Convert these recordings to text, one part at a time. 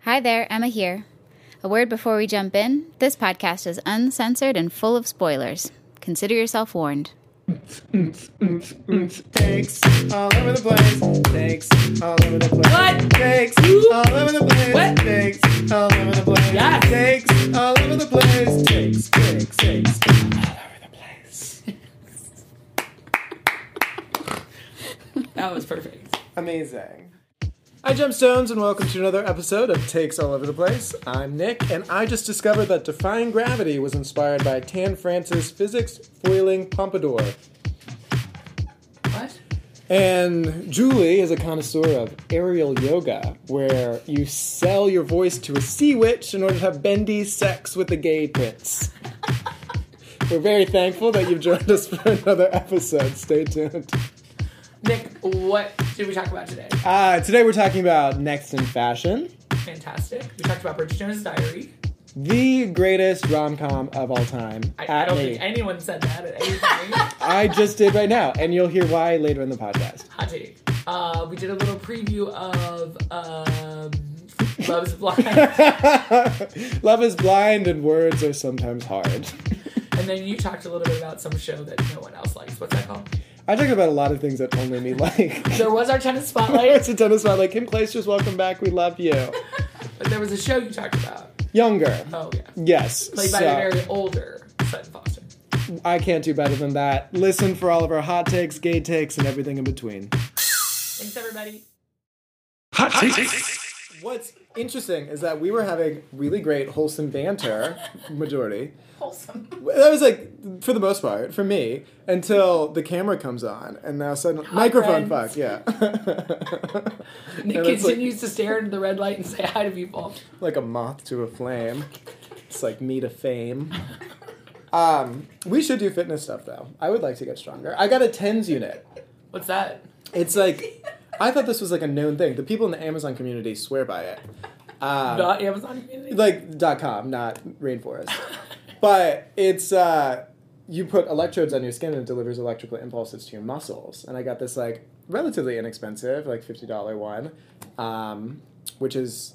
Hi there, Emma here. A word before we jump in this podcast is uncensored and full of spoilers. Consider yourself warned. Thanks all over the place. Thanks all over the place. What? Thanks all over the place. What? Thanks all over the place. Yes. Thanks all over the place. Thanks, thanks, thanks. All over the place. That was perfect. Amazing. Hi, Gemstones, and welcome to another episode of Takes All Over the Place. I'm Nick, and I just discovered that Defying Gravity was inspired by Tan Francis' physics foiling pompadour. What? And Julie is a connoisseur of aerial yoga, where you sell your voice to a sea witch in order to have bendy sex with the gay prince. We're very thankful that you've joined us for another episode. Stay tuned. Nick, what did we talk about today? Uh, today we're talking about Next in Fashion, Fantastic. We talked about Bridget Jones' Diary. the greatest rom com of all time. I, I at don't me. think anyone said that at any point. I just did right now, and you'll hear why later in the podcast. Hot take. Uh, we did a little preview of um, Love's Blind, Love is blind, and words are sometimes hard. and then you talked a little bit about some show that no one else likes. What's that called? I talk about a lot of things that only me like. There was our tennis it's spotlight, a tennis spot. Like Kim Clijsters, welcome back. We love you. but there was a show you talked about. Younger, Oh yeah, yes. played by so, a very older Sutton Foster. I can't do better than that. Listen for all of our hot takes, gay takes, and everything in between. Thanks everybody. Hot, takes. What's interesting is that we were having really great wholesome banter, majority. Wholesome. That was like, for the most part, for me, until the camera comes on, and now suddenly microphone friends. fuck, yeah, Nick it's like- continues to stare into the red light and say hi to people. like a moth to a flame. It's like me to fame. Um, we should do fitness stuff though. I would like to get stronger. I got a tens unit. What's that? It's like I thought this was like a known thing. The people in the Amazon community swear by it. Um, Not Amazon community. like dot com, not rainforest. But it's uh, you put electrodes on your skin and it delivers electrical impulses to your muscles. And I got this like relatively inexpensive, like fifty dollar one, um, which is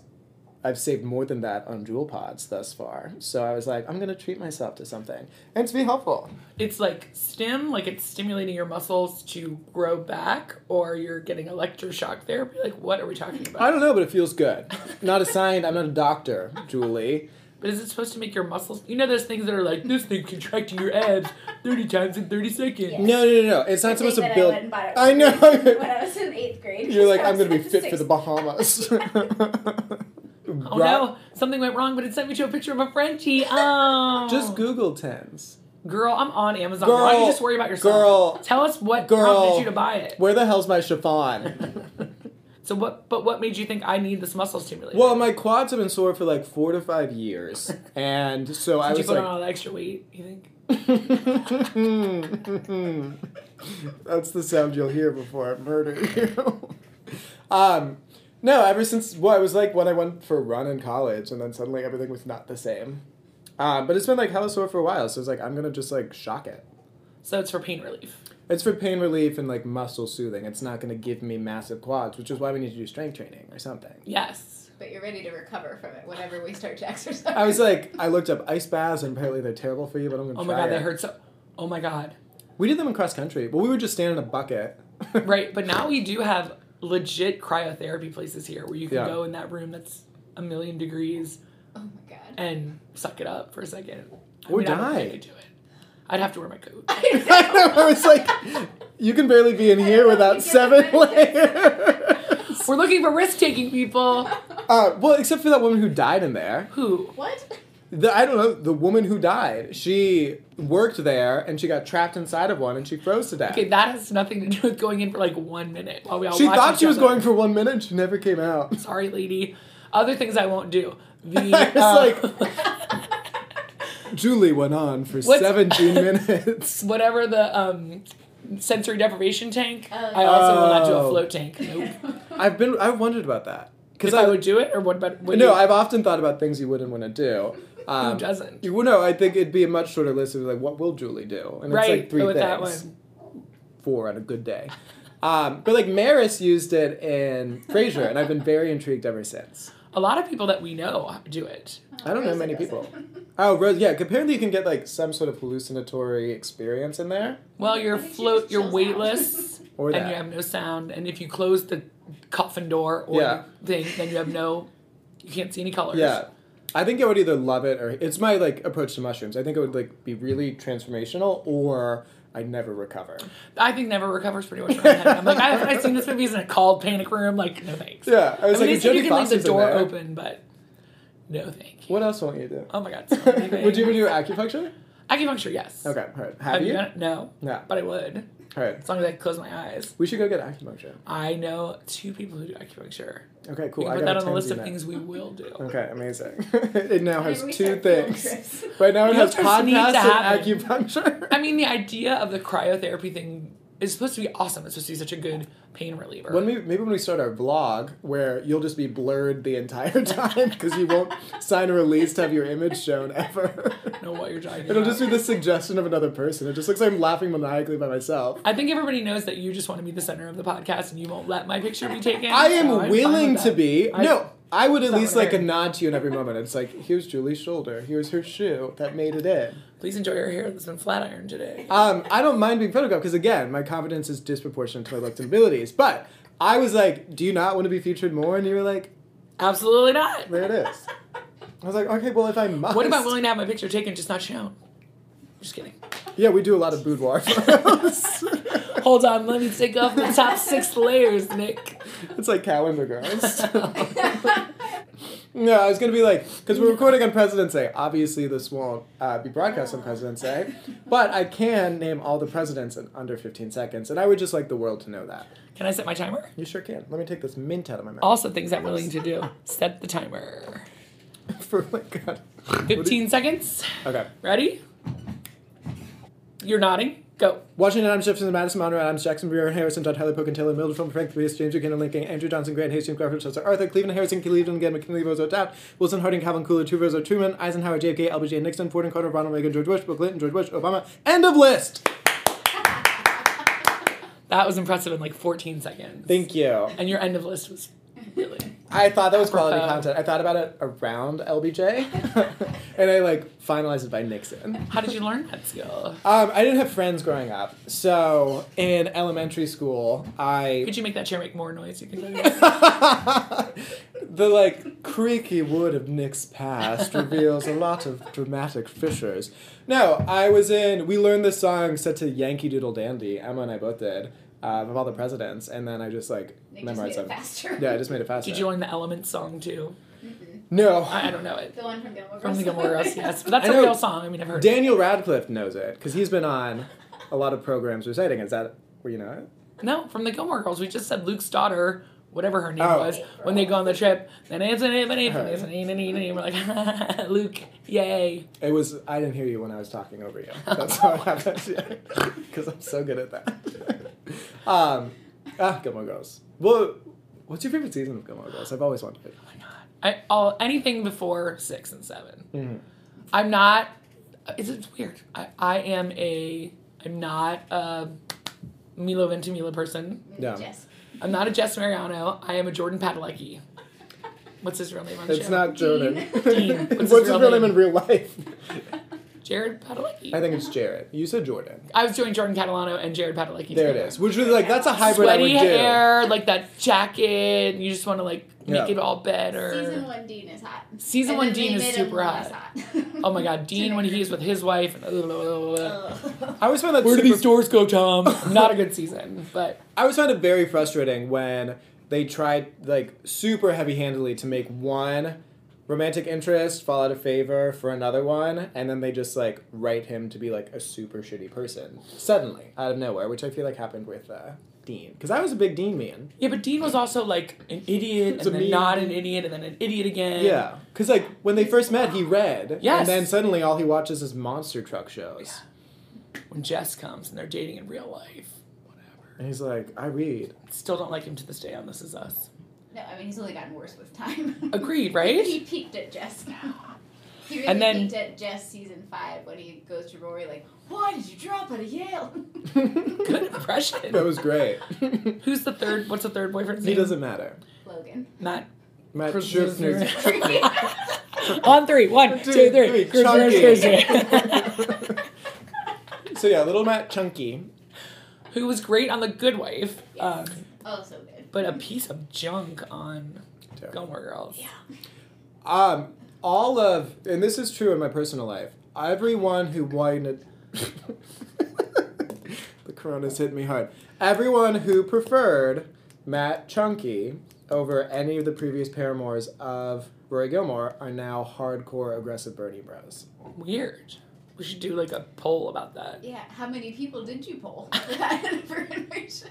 I've saved more than that on jewel pods thus far. So I was like, I'm gonna treat myself to something and to be helpful. it's like stim, like it's stimulating your muscles to grow back, or you're getting electroshock therapy. Like, what are we talking about? I don't know, but it feels good. Not a sign. I'm not a doctor, Julie. But is it supposed to make your muscles? You know those things that are like this thing contracting your abs thirty times in thirty seconds. Yeah. No, no, no, no. It's not the supposed thing to that build. I, went and bought it I when know. I was in eighth grade. You're like, I I'm was gonna be at fit for the sixth- Bahamas. Oh no, something went wrong, but it sent me to a picture of a Frenchie. Oh, Just Google tens. girl, I'm on Amazon. Girl, Why do you just worry about yourself? girl, tell us what girl. prompted you to buy it. Where the hell's my chiffon? So what? But what made you think I need this muscle stimulator? well, my quads have been sore for like four to five years, and so I did you was put on like, all that extra weight? You think? "That's the sound you'll hear before I murder you." um, no, ever since well, it was like when I went for a run in college, and then suddenly everything was not the same. Um, but it's been like hella sore for a while, so it's like I'm gonna just like shock it. So it's for pain relief. It's for pain relief and like muscle soothing. It's not going to give me massive quads, which is why we need to do strength training or something. Yes. But you're ready to recover from it whenever we start to exercise. I was like, I looked up ice baths, and apparently they're terrible for you, but I'm going to Oh my try god, it. that hurts so. Oh my god. We did them in cross country, but we would just stand in a bucket. Right, but now we do have legit cryotherapy places here where you can Yeah. go in that room that's a million degrees oh my god. and suck it up for a second. I Or mean, I don't think die. I could do it. I'd have to wear my coat. I know, I was like, you can barely be in here know without if you seven get layers. We're looking for risk taking people. Uh, well, except for that woman who died in there. Who? What? The, I don't know, the woman who died. She worked there, and she got trapped inside of one, and she froze to death. Okay, that has nothing to do with going in for like one minute while we all she watch thought each she was other. going for one minute, and she never came out. Sorry, lady. Other things I won't do. The, I was uh, Julie went on for What's- 17 minutes. whatever the um, sensory deprivation tank, Oh, I also will not do Oh. a float tank. Nope. I've been I've wondered about that because If I would do it, or what about? Would no, you- I've often thought about things you wouldn't want to do. Um, Who doesn't? You well, no, I think it'd be a much shorter list of like what will Julie do, and right. it's like three with things, that one. four on a good day. Um, but like Maris used it in Frasier, and I've been very intrigued ever since. A lot of people that we know do it. I don't know Rosa many does it. people. Oh, Rose, yeah. Apparently, you can get like some sort of hallucinatory experience in there, Well, you're I think she float, just you're chills out. weightless, or and that. you have no sound. And if you close the coffin door or Yeah. thing, then you have no, you can't see any colors. Yeah. I think I would either love it or it's my like approach to mushrooms. I think it would like be really transformational or I'd never recover. I think never recovers pretty much. From that. I'm like, I haven't I've seen this movie in a cold panic room. Like, no thanks. Yeah. I I was like, mean, at if least you Jodie can leave the Foster's in door there, open, but no thank you. What else won't you do? Oh my god. so many things. would you ever do acupuncture? acupuncture? Yes. Okay, all right. Have Have you? done it? No, No. but I would All right. as long as I close my eyes. We should go get acupuncture. I know two people who do acupuncture. Okay, cool. we I got can put that on the a list of 10 things we will do. Okay, amazing. it now has Whenever we two start field things. trips. Right now it Field has trips need to podcasts and happen. acupuncture. I mean, the idea of the cryotherapy thing is supposed to be awesome. It's supposed to be such a good pain reliever. When we maybe when we start our vlog, where you'll just be blurred the entire time because you won't sign a release to have your image shown ever. know what you're talking It'll about. just be the suggestion of another person. It just looks like I'm laughing maniacally by myself. I think everybody knows that you just want to be the center of the podcast and you won't let my picture be taken. I am so I'm fine willing with to that. be. I- no, I would at that least would like a hurt. nod to you in every moment. It's like, here's Julie's shoulder. Here's her shoe that made it in. Please enjoy your hair that's been flat ironed today. Um, I don't mind being photographed because again, my confidence is disproportionate to my looks and abilities. But I was like, do you not want to be featured more? And you were like, Absolutely not. there it is. I was like, okay, well if I must. What about willing to have my picture taken, just not shown? Just kidding. Yeah, we do a lot of boudoir photos. Hold on, let me take off the top six layers, Nick. it's like calendar girls. No, I was gonna be like, because we're recording on President's Day. Obviously, this won't uh, be broadcast on President's Day, but I can name all the presidents in under 15 seconds, and I would just like the world to know that. Can I set my timer? You sure can. Let me take this mint out of my mouth. Also, things I'm willing to do. Set the timer. For my god. 15 seconds. Okay. Ready? You're nodding. Go. Washington, Adams, Jefferson, Madison, Monroe, Adams, Jackson, Brewer, Harrison, Todd, Heller, Pocock, Taylor, Mildred, Frank, Lewis, James, Buchanan, Lincoln, Andrew Johnson, Grant, Hastings, Garfield, Chester, Arthur, Cleveland, Harrison, Cleveland, again, McKinley, Roosevelt, Taft, Wilson, Harding, Calvin, Coolidge, Hoover, Roosevelt, Truman, Eisenhower, JFK, LBJ, Nixon, Ford, and Carter, Ronald Reagan, George Bush, Bill Clinton, George Bush, Obama. End of list. That was impressive in like 14 seconds. Thank you. And your end of list was really. I thought that was quality Apropos. content. I thought about it around LBJ, and I like finalized it by Nixon. How did you learn that skill? Um, I didn't have friends growing up, so in elementary school, I Could you make that chair make more noise? You can. the like creaky wood of Nick's past reveals a lot of dramatic fissures. No, I was in. We learned this song set to Yankee Doodle Dandy. Emma and I both did uh, of all the presidents, and then I just like Nick just made memorized it them. faster. Yeah, I just made it faster. Did you learn the Element song too? no, I, I don't know it. The one from Gilmore Girls. From the Gilmore Girls, yes. But that's I a know- real song. I mean, I've heard it. Daniel Radcliffe knows it because he's been on a lot of programs reciting. Is that where you know it? No, from the Gilmore Girls. We just said Luke's daughter, whatever her name Oh. was, when they go on the trip. Then it's an and Her. it's an and we're like, Luke, yay. It was. I didn't hear you when I was talking over you. That's how it happened. Because I'm so good at that. um, ah, Gilmore Girls. Well, what's your favorite season of Gilmore Girls? I've always wanted. Oh my god. I all anything before six and 7 i Mhm. I'm not. It's, it's weird. I, I am a. I'm not a Milo Ventimiglia person. Yeah. Yes. I'm not a Jess Mariano. I am a Jordan Padalecki. What's his real name on the It's show? not Jordan. Dean. What's What's his his real real name name? in real life? Jared Padalecki. I I, think it's Jared. You said Jordan. was doing Jordan Catalano and Jared Padalecki. There it together. is. Which was like that's a hybrid I Sweaty would do. hair, like that jacket. You just want to like make Yeah. it all better. Season one Dean is hot. Season And one then they Dean is made him super hot. less Oh my god, Dean when he's with his wife. Ugh. I always find that Where do super these doors go, Tom? Not a good season, but I always found it very frustrating when they tried like super heavy handedly to make one romantic interest fall out of favor for another one, and then they just like write him to be like a super shitty person suddenly out of nowhere, which I feel like happened with uh, Dean because I was a big Dean man. yeah. But Dean was also like an idiot, It's a and then mean- not an idiot, and then an idiot again. Yeah, because like when they first met, he read, Yes. and then suddenly all he watches is monster truck shows, When Jess comes and they're dating in real life, whatever. and he's like, I read. Still don't like him to this day on This Is Us. No, I mean he's only gotten worse with time. Agreed, right? he peaked at Jess. He really And then- peaked at Jess season five when he goes to Rory like, "Why did you drop out of Yale?" Good that impression. was great. Who's the third? What's the third boyfriend's he name? doesn't matter. Logan. Not Matt Chris Schuffner's- On three. One, Two, two, three. three. Chris Chunky. Christmas. so yeah, little Matt Chunky. Who was great on The Good Wife, um, Oh, so good. but a piece of junk on Terrible. Gilmore Girls. Yeah. Um, all of, and this is true in my personal life. Everyone who wanted, the corona's hit me hard. Everyone who preferred Matt Chunky over any of the previous paramours of Rory Gilmore are now hardcore aggressive Bernie Bros. Weird. We should do like a poll about that. Yeah. How many people did you poll for that for information?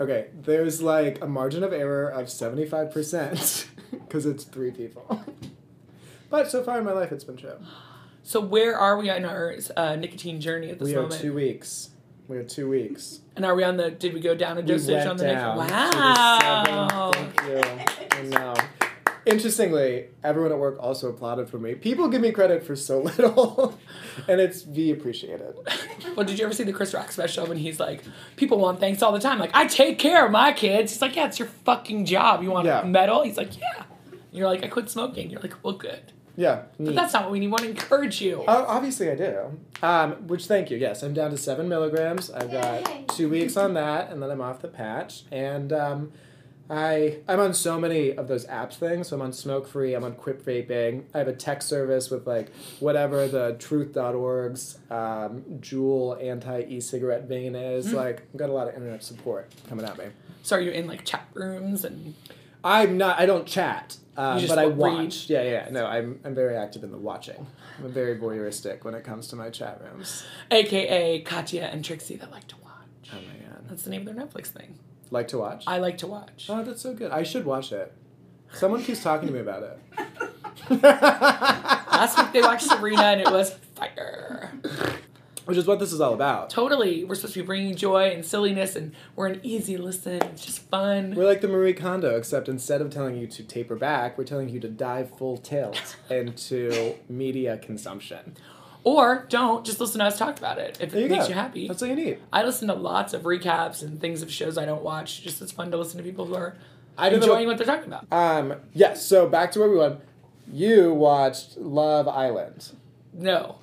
Okay, there's like a margin of error of seventy five percent because it's three people. But so far in my life, it's been true. So where are we on our uh, nicotine journey at this we moment? are two weeks. We are two weeks. and are we on the? Did we go down a We dosage went on the down nicotine? to the Wow. seven. Thank you. And now, interestingly, everyone at work also applauded for me. People give me credit for so little, and it's V appreciated. Well, did you ever see the Chris Rock special when he's like, people want thanks all the time. Like, I take care of my kids. He's like, yeah, it's your fucking job. You want Yeah. a medal? He's like, yeah. You're like, I quit smoking. You're like, well, good. Yeah, But neat. that's not what we need. We want to encourage you. Oh, obviously I do. Um, which thank you. Yes, I'm down to seven milligrams. I've Yay. got two weeks on that, and then I'm off the patch. And um, I I'm on so many of those apps things. So I'm on Smoke Free. I'm on Quip Vaping. I have a tech service with like whatever the Truth.org's um, Juul anti e-cigarette vein is. Hmm. Like I've got a lot of internet support coming at me. So are you in like chat rooms and I'm not. I don't chat. Um, just but I wa- read. watch. Yeah, yeah, yeah. No, I'm, I'm very active in the watching. I'm very voyeuristic when it comes to my chat rooms. AKA Katya and Trixie that like to watch? Oh my god. That's the name of their Netflix thing. Like to watch? I like to watch. oh, that's so good. I should watch it. Someone keeps talking to me about it. Last Last week they watched Sabrina and it was fire. Which is what this is all about. Totally. We're supposed to be bringing joy and silliness and we're an easy listen. It's just fun. We're like the Marie Kondo, except instead of telling you to taper back, we're telling you to dive full tilt into media consumption. Or don't just listen to us talk about it if There it you makes go. you happy. That's all you need. I listen to lots of recaps and things of shows I don't watch. Just it's fun to listen to people who are I don't enjoying know. what they're talking about. um, yes, so back to where we went. You watched Love Island. No,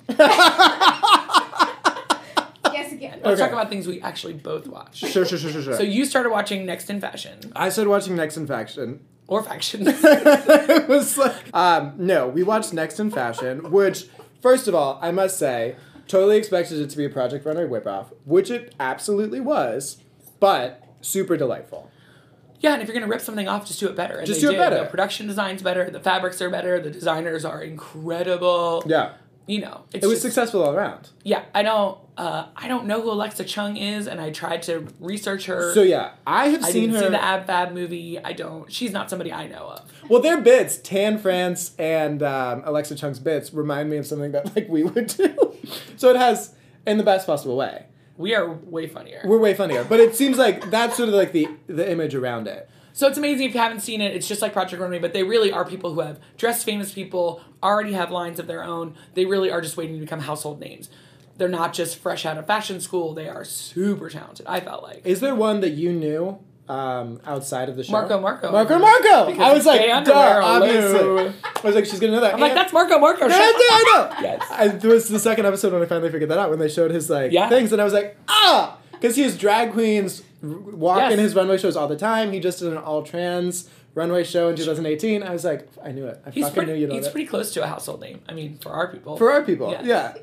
Yes, again. let's Okay. talk about things we actually both watch. Sure, sure, sure, sure, sure. So you started watching Next in Fashion I started watching Next in Faction. or Faction. it was like, um, no, we watched Next in Fashion, which, first of all, I must say, totally expected it to be a Project Runway whip off, which it absolutely was, but super delightful. yeah, and if you're gonna rip something off, just do it better. And Just they do it did. better. The production design's better. The fabrics are better. The designers are incredible. Yeah. You know, it's It was just- successful all around. Yeah, I don't. Uh, I don't know who Alexa Chung is, and I tried to research her. So, yeah, I have I seen didn't her. see the Ab Fab movie. I don't. She's not somebody I know of. Well, their bits, Tan France and um, Alexa Chung's bits, remind me of something that like we would do. so it has, in the best possible way. We are way funnier. We're way funnier, but it seems like that's sort of like the the image around it. so it's amazing if you haven't seen it. It's just like Project Runway, but they really are people who have dressed famous people, already have lines of their own. They really are just waiting to become household names. They're not just fresh out of fashion school. They are super talented. I felt like. Is there one that you knew um, outside of the show? Marco Marco. Marco Marco. Because I was it's gay like, duh, underwear obviously. alone. I was like, she's gonna know that. I'm like, that's Marco Marco. Yeah, Shut up. I know. I know. Yes. I, it was the second episode when I finally figured that out when they showed his like Yeah. things, and I was like, ah, because he was drag queens r- walk Yes. in his runway shows all the time. He just did an all trans runway show in 2018. I was like, I knew it. I He's fucking pretty. knew you'd love he's it. pretty close to a household name. I mean, for our people. For our people, yeah. Yeah.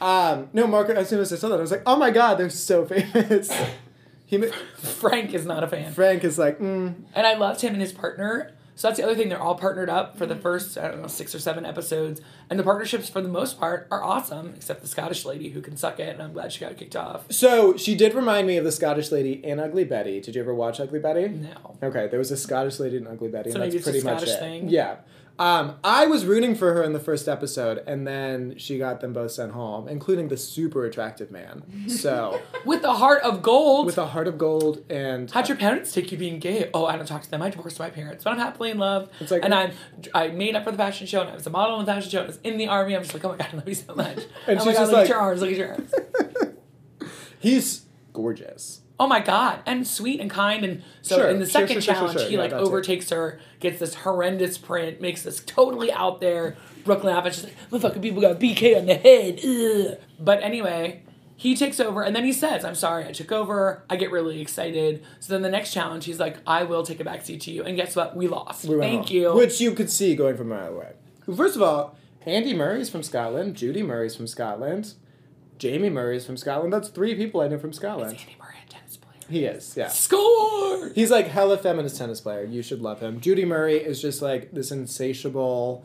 Um, no, Marco. As soon as I saw that, I was like, oh my god, they're so famous. he, ma- Frank is not a fan. Frank is like, mm, And I loved him and his partner. So that's the other thing. They're all partnered up for the Mm. first, I don't know, six or seven episodes. And the partnerships, for the most part, are awesome, except the Scottish lady who can suck it. And I'm glad she got kicked off. So she did remind me of the Scottish lady in Ugly Betty. Did you ever watch Ugly Betty? No. Okay, there was a Scottish lady in Ugly Betty, So and maybe that's it's a pretty much Scottish it. thing? Yeah. Um, I was rooting for her in the first episode, and then she got them both sent home, including the super attractive man. So, With the heart of gold. with a heart of gold and How'd your parents take you being gay? Oh, I don't talk to them. I divorced my parents, but I'm happily in love. It's like- and I'm, I made up for the fashion show, and I was a model in the fashion show, and I was in the army. I'm just like, oh my god, I love you so much. And oh she's my god, just look like- at your arms, look at your arms. he's gorgeous. oh my god, and sweet and kind. And so Sure, in the sure, second sure, sure, sure, challenge, sure. he Yeah, like that's it. overtakes her, gets this horrendous print, makes this totally out there. Brooklyn Avenue, she's like, motherfucking people got BK on the head. Ugh. But anyway, he takes over and then he says, I'm sorry, I took over. I get really excited. So then the next challenge, he's like, I will take a backseat to you. And guess what? We lost. We went Thank home. you. Which you could see going from a mile away. First of all, Andy Murray's from Scotland. Judy Murray's from Scotland. Jamie Murray's from Scotland. That's three people I know from Scotland. Andy Murray, a tennis player. He is, yeah. Score! He's like hella feminist tennis player. You should love him. Judy Murray is just like this insatiable,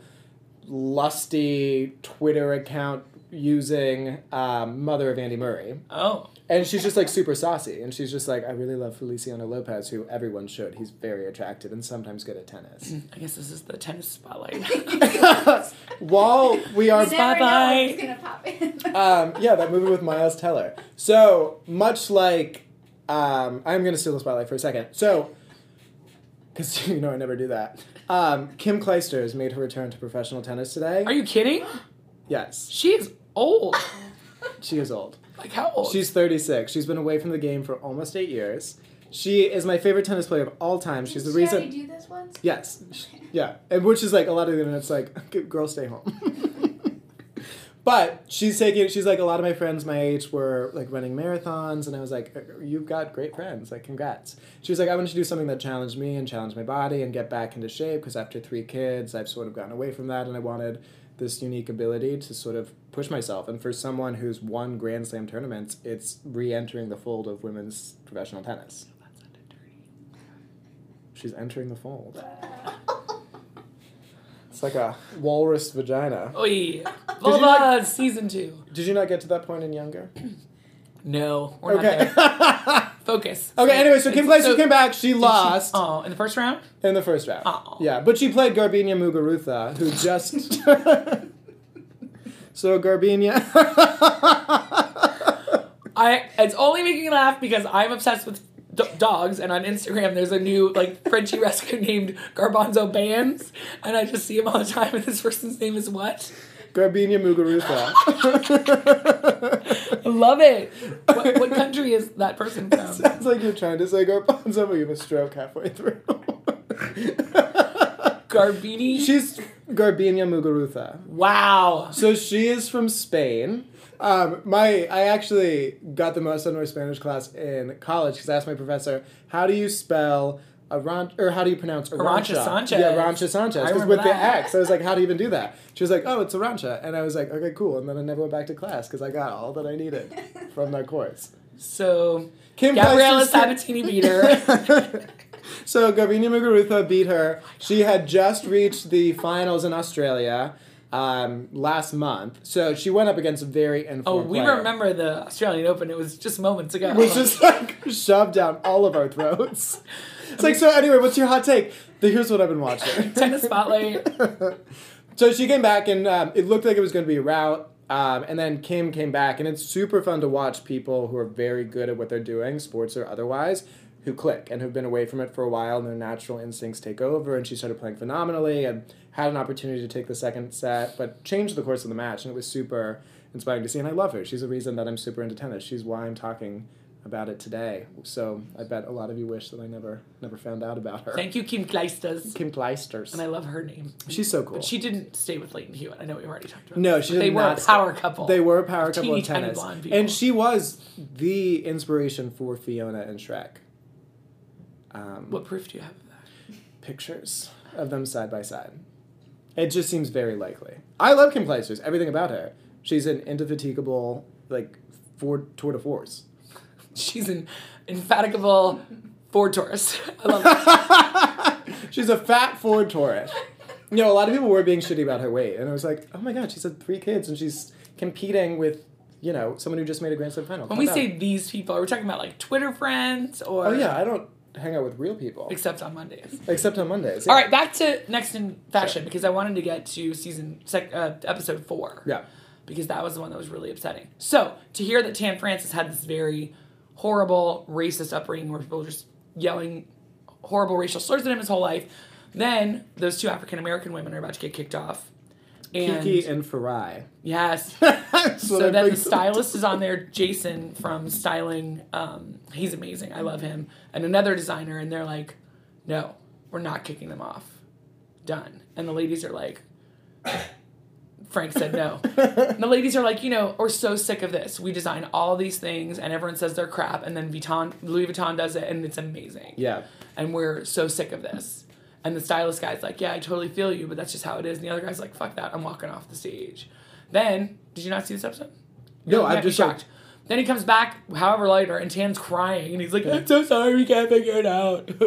lusty Twitter account using um, mother of Andy Murray. Oh. And she's just like super saucy. And she's just like, I really love Feliciano Lopez, who everyone should. He's very attractive and sometimes good at tennis. I guess this is the tennis spotlight. While we are. You never know Bye-bye. what's gonna pop in. um, yeah, that movie with Miles Teller. So much like, um, I'm gonna steal the spotlight for a second. So, because you know I never do that. Um, Kim Kleister has made her return to professional tennis today. Are you kidding? yes, She is old. she is old. Like how old? She's 36. She's been away from the game for almost eight years. She is my favorite tennis player of all time. She's the Did she already reason. do this once? Yes. Yeah. And which is like a lot of the internet's like, "G- girl, stay home. but she's taking, she's like, a lot of my friends my age were like running marathons. And I was like, "Uh, you've got great friends. Like, congrats. She was like, I wanted to do something that challenged me and challenged my body and get back into shape because after three kids, I've sort of gotten away from that. And I wanted this unique ability to sort of push myself. And for someone who's won Grand Slam tournaments, it's re entering the fold of women's professional tennis. She's entering the fold. It's like a walrus vagina. Oi. you Vulva not- season two. Did you not get to that point in Younger? No, we're not Okay. there. Focus. okay, anyway, so Kim Kleister so- came back. She lost Oh, in the first round? in the first round. Aw. Yeah, but she played Garbina Muguruza, who just. so Garbina. I it's only making me laugh because I'm obsessed with d- dogs and on Instagram there's a new like Frenchie rescue named Garbanzo Bands and I just see him all the time and this person's name is what? Garbina Muguruza. I love it. What, what country is that person from? Sounds like you're trying to say Garbanzo, but you have a stroke halfway through. Garbini? She's Garbina Muguruza. wow. So she is from Spain. Um, my I actually got the most out of my Spanish class in college because I asked my professor, "How do you spell Aran- or how do you pronounce Arantxa Arancha Sanchez. Yeah, Arancha Sanchez. I 'Cause remember with that. the X, I was like, "How do you even do that?" She was like, "Oh, it's Arancha," and I was like, "Okay, cool." And then I never went back to class because I got all that I needed from that course. So Kim Gabriella Kleister's- Sabatini beat her. so Garbina Muguruza beat Oh her. She had just reached the finals in Australia um, last month, so she went up against a very informed. Oh, we player, remember the Australian Open. It was just moments ago. Which just like shoved down all of our throats. It's like so. Anyway, what's your hot take? The- Here's what I've been watching. tennis spotlight. So she came back, and um, it looked like it was going to be a rout. Um, and then Kim came back, and it's super fun to watch people who are very good at what they're doing, sports or otherwise, who click and have been away from it for a while, and their natural instincts take over. And she started playing phenomenally and had an opportunity to take the second set, but changed the course of the match, and it was super inspiring to see. And I love her. She's the reason that I'm super into tennis. She's why I'm talking about it today. So I bet a lot of you wish that I never never found out about her. Thank you, Kim Kleisters. Kim Kleisters. And I love her name. She's so cool. But she didn't stay with Leighton Hewitt. I know we've already talked about No, that, she but did They not were a stay- power couple. They were a power couple Teeny of tiny tennis. blonde people. And she was the inspiration for Fiona and Shrek. Um, What proof do you have of that? Pictures of them side by side. It just seems very likely. I love Kim Clijsters, everything about her. She's an indefatigable, like, for, tour de force. She's an infatigable Ford Taurus. I love that. she's a fat Ford Taurus. You know, a lot of people were being shitty about her weight, and I was like, oh my god, she's had three kids and she's competing with, you know, someone who just made a Grand Slam final. When Calm we down. say these people, are we talking about like Twitter friends or? Oh yeah, I don't hang out with real people Except on Mondays. except on Mondays. All right, back to next in fashion because I wanted to get to season sec- uh, episode four. Yeah. because that was the one that was really upsetting. So to hear that Tan Francis had this very horrible racist upbringing where people were just yelling horrible racial slurs at him his whole life, then those two African American women are about to get kicked off. And Kiki and Farai. yes. so then the stylist is on there, Jason from Styling. Um, he's amazing. I love him. And another designer, and they're like, no, we're not kicking them off. Done. And the ladies are like, Frank said no. And the ladies are like, you know, we're so sick of this. We design all these things, and everyone says they're crap, and then Vuitton, Louis Vuitton does it, and it's amazing. Yeah. And we're so sick of this. And the stylist guy's like, yeah, I totally feel you, but that's just how it is. And the other guy's like, fuck that, I'm walking off the stage. Then, did you not see this episode? No, You I'm might be just shocked. Then he comes back, however later, and Tan's crying, and he's like, "I'm so sorry, we can't figure it out."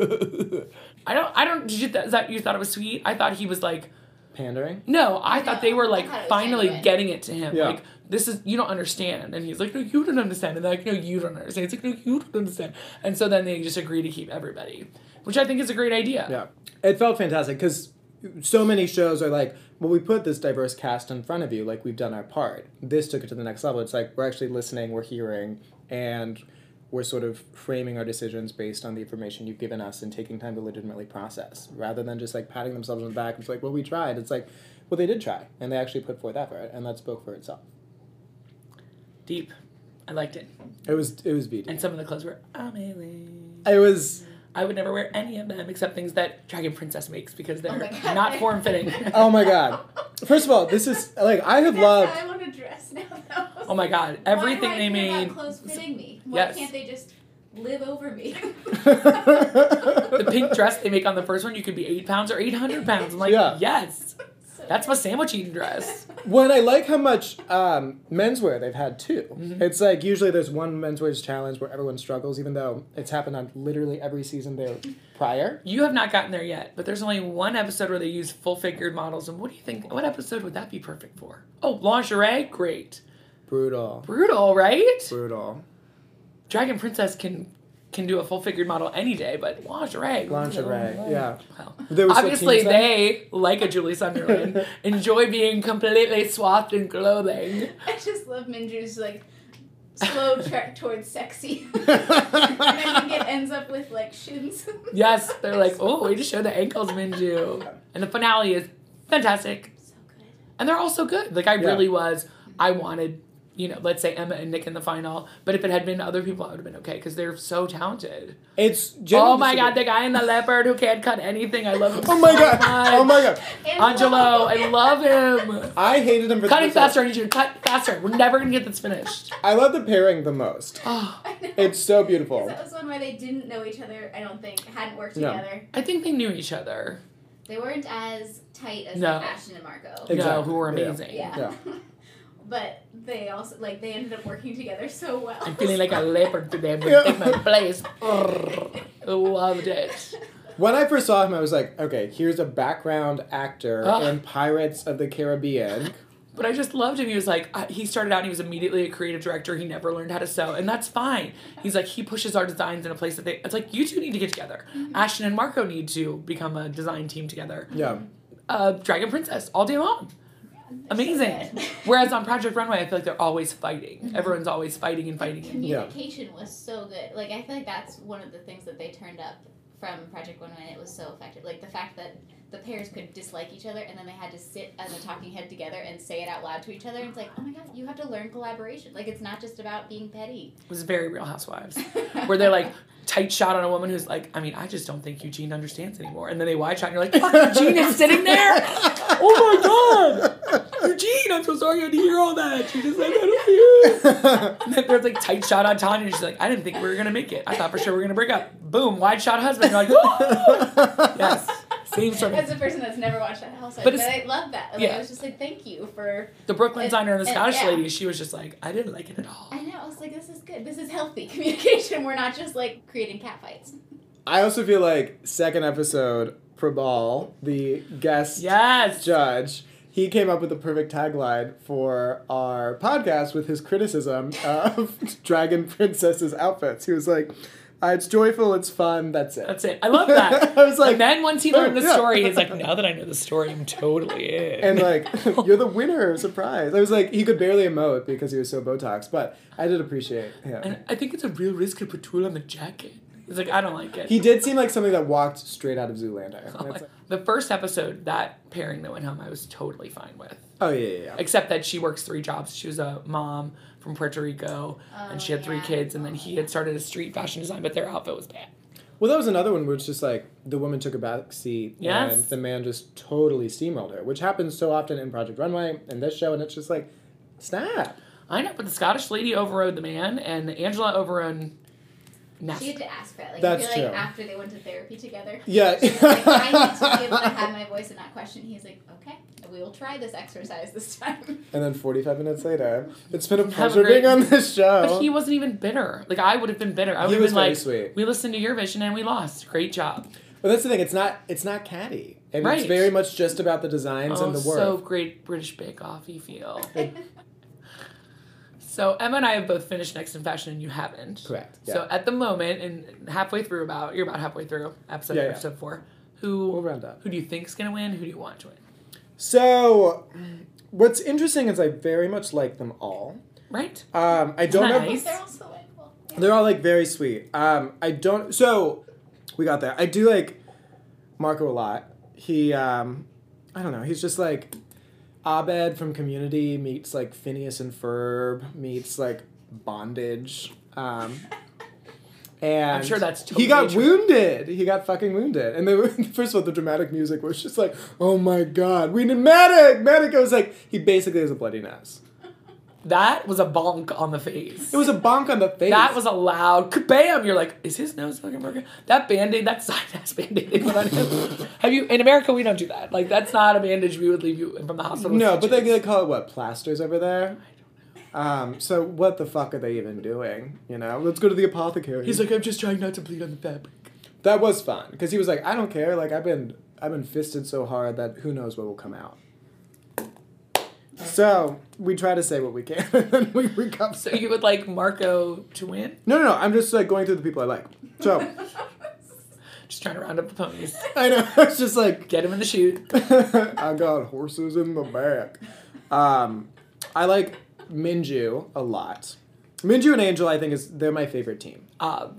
I don't, I don't. Did you, is that you thought it was sweet? I thought he was like, pandering. no, I thought they were I like thought it was finally genuine. getting it to him. Yeah. Like, this is, you don't understand. And he's like, no, you don't understand. And they're like, no, you don't understand. It's like, no, you don't understand. And so then they just agree to keep everybody, which I think is a great idea. Yeah. It felt fantastic because so many shows are like, well, we put this diverse cast in front of you, like we've done our part. This took it to the next level. It's like we're actually listening, we're hearing, and we're sort of framing our decisions based on the information you've given us and taking time to legitimately process rather than just like patting themselves on the back. It's like, well, we tried. It's like, well, they did try, and they actually put forth effort, and that spoke for itself. Deep. I liked it. It was it was BD. And some of the clothes were amazing. It was I would never wear any of them except things that Dragon Princess makes because Oh they're my God. not form fitting. oh my god. First of all, this is like I have loved I want to dress now. though. oh my god. Why do Everything I they care about made. Clothes fitting me. Why Yes. can't they just live over me? The pink dress they make on the first one, you could be eight pounds or eight hundred pounds. I'm like, Yeah. yes, So that's my sandwich eating dress. When I like how much um, menswear they've had too. Mm-hmm. It's like usually there's one menswear's challenge where everyone struggles, even though it's happened on literally every season there prior. You have not gotten there yet, but there's only one episode where they use full figured models. And what do you think? What episode would that be perfect for? Oh, lingerie? Great. Brutal. Brutal, right? Brutal. Dragon Princess can can do a full figured model any day, but lingerie. Lingerie. Yeah. Oh, Well, There was obviously, 13 cents? they, like a Julie Sunderland, enjoy being completely swathed in clothing. I just love Minju's like slow trek towards sexy. and I think it yeah. ends up with like shins. Yes, they're like, oh, way to show the ankles, Minju. And the finale is fantastic. So good. And they're all so good. Like, I Yeah. really was, I wanted, you know, let's say Emma and Nick in the final, but if it had been other people, I would have been okay because they're so talented. It's oh genuinely my just- god, the guy in the leopard who can't cut anything. I love him. Oh my so god. much. Oh my god. And Angelo, I love him. I hated him for Cut the it faster, I need you to cut faster. We're never gonna get this finished. I love the pairing the most. Oh. I know. It's so 'Cause beautiful. that was one where they didn't know each other. I don't think hadn't worked No. together. I think they knew each other. They weren't as tight as No. like, Ashton and Marco. Exactly. No, who were Yeah. amazing. Yeah. Yeah. but they also like they ended up working together so well. I'm feeling like a leopard today. I'm Yeah. gonna take my place. Brrr. Loved it. When I first saw him, I was like, okay, here's a background actor Ugh. in Pirates of the Caribbean. But I just loved him. He was like, I, he started out and he was immediately a creative director. He never learned how to sew, and that's fine. He's like, he pushes our designs in a place that they, it's like, you two need to get together. Ashton and Marco need to become a design team together. Yeah. Uh, Dragon Princess, all day long. Amazing. good. Whereas on Project Runway, I feel like they're always fighting. Everyone's always fighting and fighting. and Yeah. Communication was so good. Like I feel like that's one of the things that they turned up from Project One and it was so effective. Like the fact that the pairs could dislike each other and then they had to sit as a talking head together and say it out loud to each other. And it's like, oh my god, you have to learn collaboration. Like it's not just about being petty. It was very Real Housewives. where they're like tight shot on a woman who's like, I mean, I just don't think Eugene understands anymore. And then they wide shot and you're like, fuck, Eugene is sitting there. Oh my god. Eugene, I'm so sorry I had to hear all that. She just said that to you. And then there's like tight shot on Tanya. She's like, I didn't think we were gonna make it. I thought for sure we were gonna break up. Boom, wide shot husband. You're like, "Woo!" yes. Same sort of As a person that's never watched that housewife, But but, it's- I love that. Like, yeah. I was just like, thank you for. the Brooklyn designer and the And- Scottish yeah. lady, she was just like, I didn't like it at all. I know. I was like, this is good. This is healthy communication. We're not just like creating catfights. I also feel like second episode, Prabal, the guest Yes. judge, he came up with the perfect tagline for our podcast with his criticism of Dragon Princess's outfits. He was like, "Uh, "It's joyful, it's fun, that's it." That's it. I love that. I was like, and then once he learned the "Oh, yeah." story, he's like, now that I know the story, I'm totally in. and like, you're the winner! Surprise! I was like, he could barely emote because he was so Botox, but I did appreciate him. And I think it's a real risk to put tulle on the jacket. He's like, I don't like it. He did seem like something that walked straight out of Zoolander. And I'm like- it's like- the first episode, that pairing that went home, I was totally fine with. oh yeah, yeah, yeah. Except that she works three jobs. She was a mom from Puerto Rico, and she had three Oh, yeah. kids, and then he had started a street fashion design, but their outfit was bad. Well, that was another one where it's just like the woman took a back seat Yes. and the man just totally steamrolled her, which happens so often in Project Runway and this show, and it's just like, snap. I know, but the Scottish lady overrode the man, and Angela overrode Ness. She had to ask for it. Like, That's I feel like true. after they went to therapy together, Yeah. she's like, I need to be able to have my voice in that question. He's like, okay, we will try this exercise this time. And then 45 minutes later, it's been a a pleasure great- being on this show. But he wasn't even bitter. Like I would have been bitter. Oh. I would He have was been very like, sweet. "We listened to your vision and we lost. Great job." But that's the thing. It's not. It's not catty, and Right. it's very much just about the designs oh, and the work. so great British Bake Off. You feel so. Emma and I have both finished Next in Fashion, and you haven't. Correct. Yeah. So at the moment, and halfway through, about you're about halfway through episode Yeah, yeah. episode four. Who We'll round up. Who do you think's gonna win? Who do you want to win? So, what's interesting is I very much like them all. Right. Um, I don't know. Nice. They're also like, well, yeah. They're all like very sweet. Um, I don't. So, we got there. I do like Marco a lot. He, um, I don't know. He's just like Abed from Community meets like Phineas and Ferb meets like Bondage. Um, and I'm sure that's he got totally true. wounded. He got fucking wounded. And they were, first of all, the dramatic music was just like, oh my god, we need Matic. Matic was like, he basically has a bloody nose. That was a bonk on the face. It was a bonk on the face. That was a loud kabam. You're like, is his nose fucking broken? That band-aid, that side ass band-aid they put on him. Have you in America we don't do that. Like that's not a bandage we would leave you in from the hospital. with No, but they, stitches. they call it what plasters over there. Um, so what the fuck are they even doing? You know, let's go to the apothecary. He's like, I'm just trying not to bleed on the fabric. that was fun because he was like, I don't care. Like I've been, I've been fisted so hard that who knows what will come out. So we try to say what we can, and then we recover. So you would like Marco to win? no, no, no. I'm just like going through the people I like. So Just trying to round up the ponies. I know it's just like Get him in the chute. I got horses in the back. Um, I like Minju a lot. Minju and Angel, I think, is they're my favorite team. Um,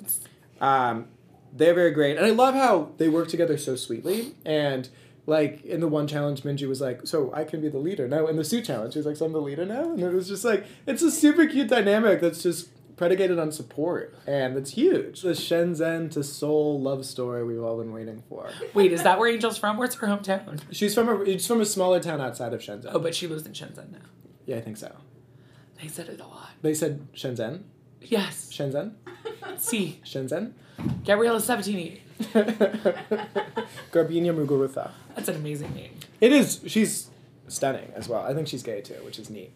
Um, they're very great, and I love how they work together so sweetly. And like in the one challenge, Minju was like, "So I can be the leader now." In the Sue challenge, he was like, "So I'm the leader now," and it was just like it's a super cute dynamic that's just predicated on support, and it's huge. The Shenzhen to Seoul love story we've all been waiting for. wait, is that where Angel's from? Where's her hometown? She's from a she's from a smaller town outside of Shenzhen. Oh, but she lives in Shenzhen now. Yeah, I think so. They said it a lot. They said Shenzhen, Yes. Shenzhen, See, Shenzhen. Gabriella Sabatini. Garbina Muguruza. That's an amazing name. It is. She's stunning as well. I think she's gay too, which is neat.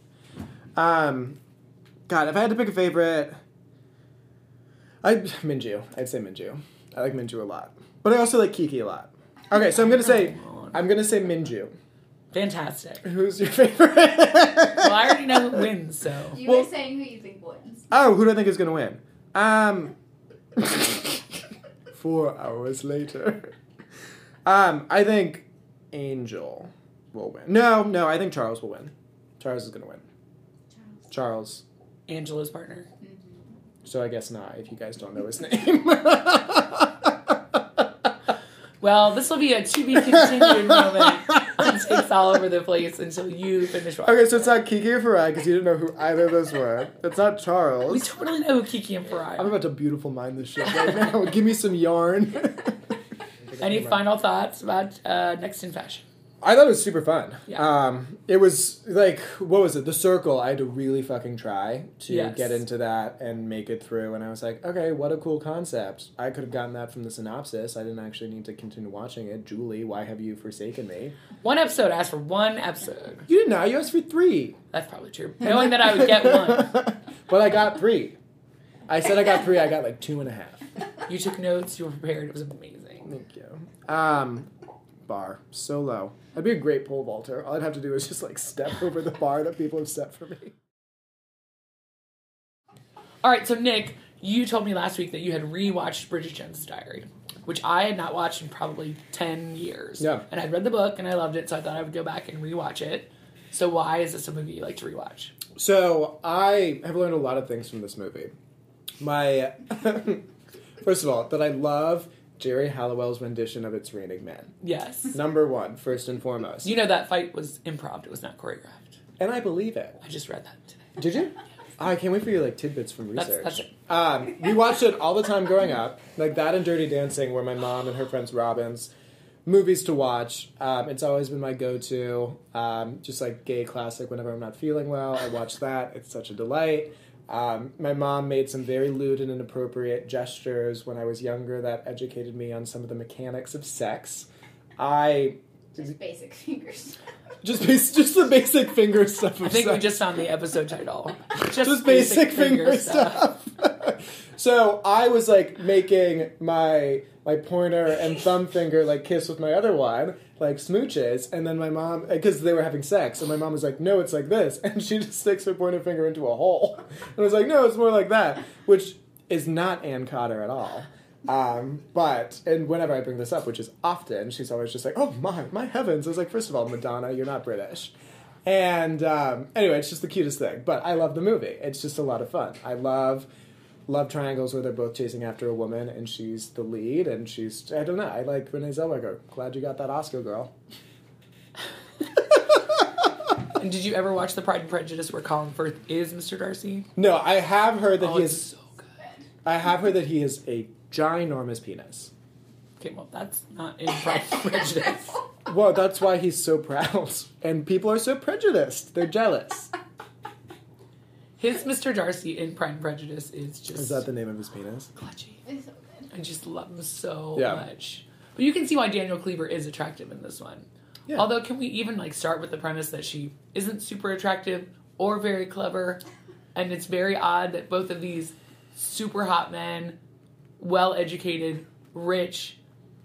Um, God, if I had to pick a favorite, I Minju. I'd say Minju. I like Minju a lot, but I also like Kiki a lot. Okay, so I'm gonna say I'm gonna say Minju. Fantastic. Who's your favorite? well, Well, I already know who wins, so. You Well- were saying who you think wins. Oh, who do I think is gonna win? Um, four hours later. Um, I think Angel will win. No, no, I think Charles will win. Charles is gonna win. Charles. Charles. Angela's partner. So I guess not if you guys don't know his name. Well, this will be a to be continued moment on takes all over the place until you finish watching. okay, so it's not Kiki or Farai because you didn't know who either of those were. It's not We Charles. totally know who Kiki and Farai. I'm are. about to beautiful mind this shit right now. Give me some yarn. Any final thoughts about uh, Next in Fashion? I thought it was super fun. Yeah. Um, it was like what was it? The circle. I had to really fucking try to Yes. get into that and make it through. And I was like, okay, what a cool concept. I could have gotten that from the synopsis. I didn't actually need to continue watching it. Julie, why have you forsaken me? One episode. I asked for one episode. You didn't know. You asked for three. That's probably true. Knowing that I would get one, but I got three. I said I got three. I got like two and a half. you took notes. You were prepared. It was amazing. Thank you. Um, bar so low. I'd be a great pole vaulter. All I'd have to do is just like step over the bar that people have set for me. All right. So Nick, you told me last week that you had rewatched Bridget Jones's Diary, which I had not watched in probably ten years. Yeah. And I'd read the book and I loved it, so I thought I would go back and rewatch it. So why is this a movie you like to rewatch? So I have learned a lot of things from this movie. My First of all, that I love Jerry Halliwell's rendition of "It's Raining Men." Yes. Number one, first and foremost, You know that fight was improv. It was not choreographed. and I believe it. I just read that today. Did you? Oh, I can't wait for your like tidbits from That's- research. that's it. Um, we watched it all the time growing up, like that and Dirty Dancing, where my mom and her friends Robbins movies to watch. Um, it's always been my go-to, um, just like gay classic. Whenever I'm not feeling well, I watch that. It's such a delight. Um, my mom made some very lewd and inappropriate gestures when I was younger that educated me on some of the mechanics of sex. I Just basic fingers. just just the basic finger stuff. Of I think sex. we just found the episode title. Just, just basic, finger, stuff. so I was like making my my pointer and thumb finger like kiss with my other one, like smooches, and then my mom because they were having sex, and my mom was like, "No, it's like this," and she just sticks her pointer finger into a hole, and I was like, "No, it's more like that," which is not Ann Cotter at all. Um, but and whenever I bring this up, which is often, she's always just like, "Oh my, my heavens!" I was like, first of all, Madonna, you're not British." And um, anyway, it's just the cutest thing. But I love the movie. It's just a lot of fun. I love love triangles where they're both chasing after a woman and she's the lead and she's I don't know. I like Renee Zellweger. Glad you got that Oscar girl. And did you ever watch the Pride and Prejudice where Colin Firth is Mr. Darcy? No, I have heard that Oh, he it's is. so good. I have heard that he is a ginormous penis. Okay, well that's not in Pride and Prejudice. Well, that's why he's so proud. And people are so prejudiced. They're jealous. His Mr. Darcy in Pride and Prejudice is just Is that the name of his penis? clutchy. It's so good. I just love him so Yeah. much. But you can see why Daniel Cleaver is attractive in this one. Yeah. Although, can we even like start with the premise that she isn't super attractive or very clever, and it's very odd that both of these super hot men, well educated, rich,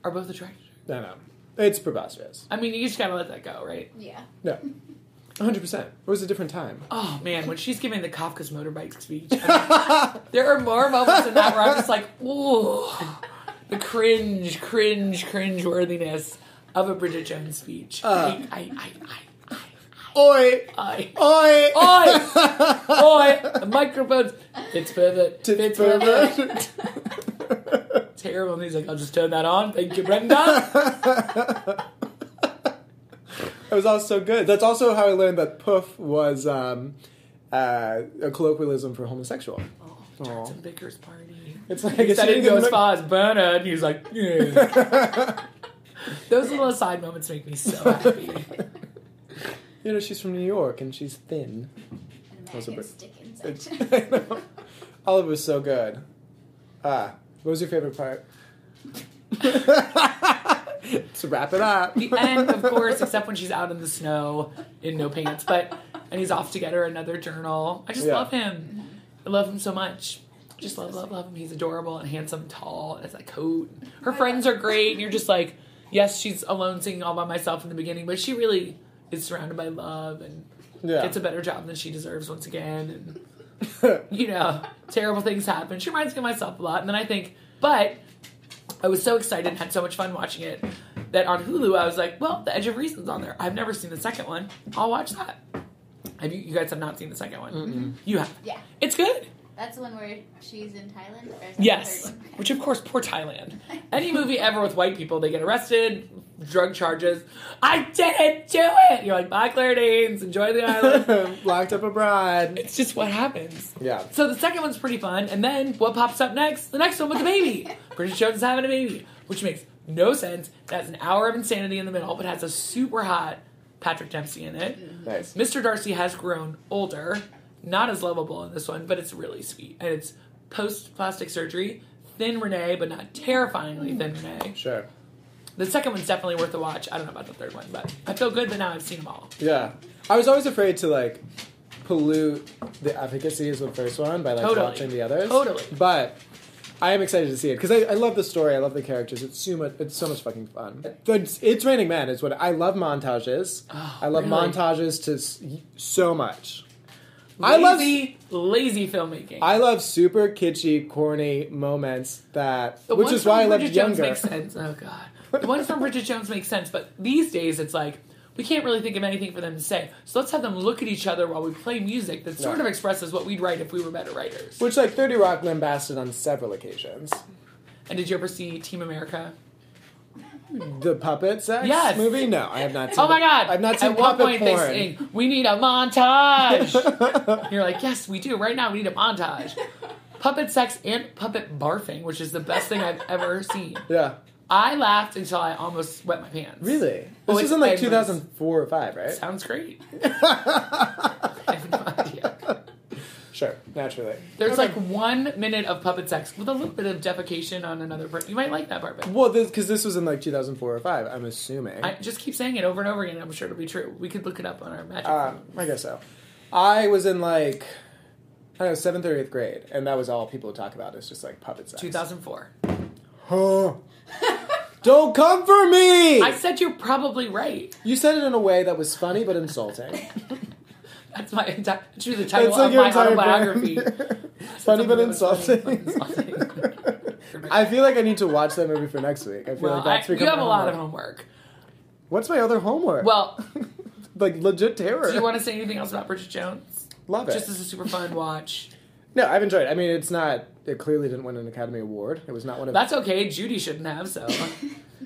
are both attracted. to her? No, no. It's preposterous. I mean, you just gotta let that go, right? Yeah. No. 100%. It was a different time. Oh man, when she's giving the Kafka's motorbike speech, I mean, there are more moments in that where I'm just like, ooh, the cringe, cringe, cringe worthiness of a Bridget Jones speech. I, I, I, Oi! I, I, Oi! I, boy, the microphones, it's pervert, it's pervert. Terrible. And he's like, I'll just turn that on. Thank you, Brenda. It was all so good. That's also how I learned that poof was um, uh, a colloquialism for homosexual. Oh, Johnson Bicker's party. It's like He it's said it go as far. far as Bernard. He was like, yeah. Those little side moments make me so happy. You know, she's from New York and she's thin. And was a American bit- Dickens. It's, actually. I know. All of it was so good. Ah, what was your favorite part? to wrap it up. The end, of course, except when she's out in the snow in no pants, but and he's off to get her another journal. I just Yeah. love him. I love him so much. Just love, love, love him. He's adorable and handsome, tall, and has that coat. Her friends are great, and you're just like, yes, she's alone singing all by myself in the beginning, but she really is surrounded by love and Yeah. gets a better job than she deserves once again. And you know, terrible things happen. She reminds me of myself a lot. And then I think, but I was so excited and had so much fun watching it that on Hulu I was like, well, The Edge of Reason's on there. I've never seen the second one. I'll watch that. Have you, you guys have not seen the second Mm. one? You have. yeah. It's good. That's the one where she's in Thailand? Or is that the Yes. third one? Which, of course, poor Thailand. Any movie ever with white people, they get arrested, drug charges. I didn't do it. You're like, bye, Claire Danes. Enjoy the island. Locked up abroad. it's just what happens. Yeah. So the second one's pretty fun, and then what pops up next? The next one with the baby. British Jones is having a baby, which makes no sense. That's an hour of insanity in the middle, but has a super hot Patrick Dempsey in it. Nice. Mr. Darcy has grown older, not as lovable in this one, but it's really sweet. And it's post plastic surgery, thin Renee, but not terrifyingly thin Renee. Sure. The second one's definitely worth a watch. I don't know about the third one, but I feel good that now I've seen them all. Yeah. I was always afraid to like pollute the efficacy of the first one by like Totally. watching the others. Totally. But I am excited to see it because I, I love the story. I love the characters. It's so much. It's so much fucking fun. It's, it's Raining Man. Is what I love montages. I love Oh, really? montages to s- so much. I love lazy, lazy filmmaking. I love super kitschy, corny moments that, The which ones is why I from love Bridget younger. Jones makes sense. Oh god, the ones from Bridget Jones make sense, but these days it's like we can't really think of anything for them to say. So let's have them look at each other while we play music that sort Yeah. of expresses what we'd write if we were better writers. Which like Thirty Rock lambasted on several occasions. And did you ever see Team America? The puppet sex Yes. movie? No, I have not seen Oh my the- god! I've not seen At one puppet point porn. they sing, "We need a montage." You're like, yes, we do. Right now, we need a montage. Puppet sex and puppet barfing, which is the best thing I've ever seen. yeah. I laughed until I almost wet my pants. Really? Well, This it- was in like it was- 2004 or 5, right? Sounds great. I have no idea. Sure, naturally. There's like one minute of puppet sex with a little bit of defecation on another person. You might like that, Barbara. Well, because this, was in like 2004 or 5, I'm assuming. I just keep saying it over and over again. I'm sure it'll be true. We could look it up on our magic. Uh, I guess so. I was in like, I don't know, seventh or eighth grade, and that was all people would talk about. It's just like puppet sex. 2004. Huh. Don't come for me! I said you're probably right. You said it in a way that was funny but insulting. That's my entire. That's the title That's like of your my entire autobiography. brand. funny but Something that was funny, insulting. but I feel like I need to watch that movie for next week. I feel Well, like that's I, become you have my a lot of homework. homework. What's my other homework? Well, like legit terror. do you want to say anything else about Bridget Jones? Love it. Just as a super fun watch. no, I've enjoyed. it. I mean, it's not. It clearly didn't win an Academy Award. It was not one of. That's okay. Judy shouldn't have. So,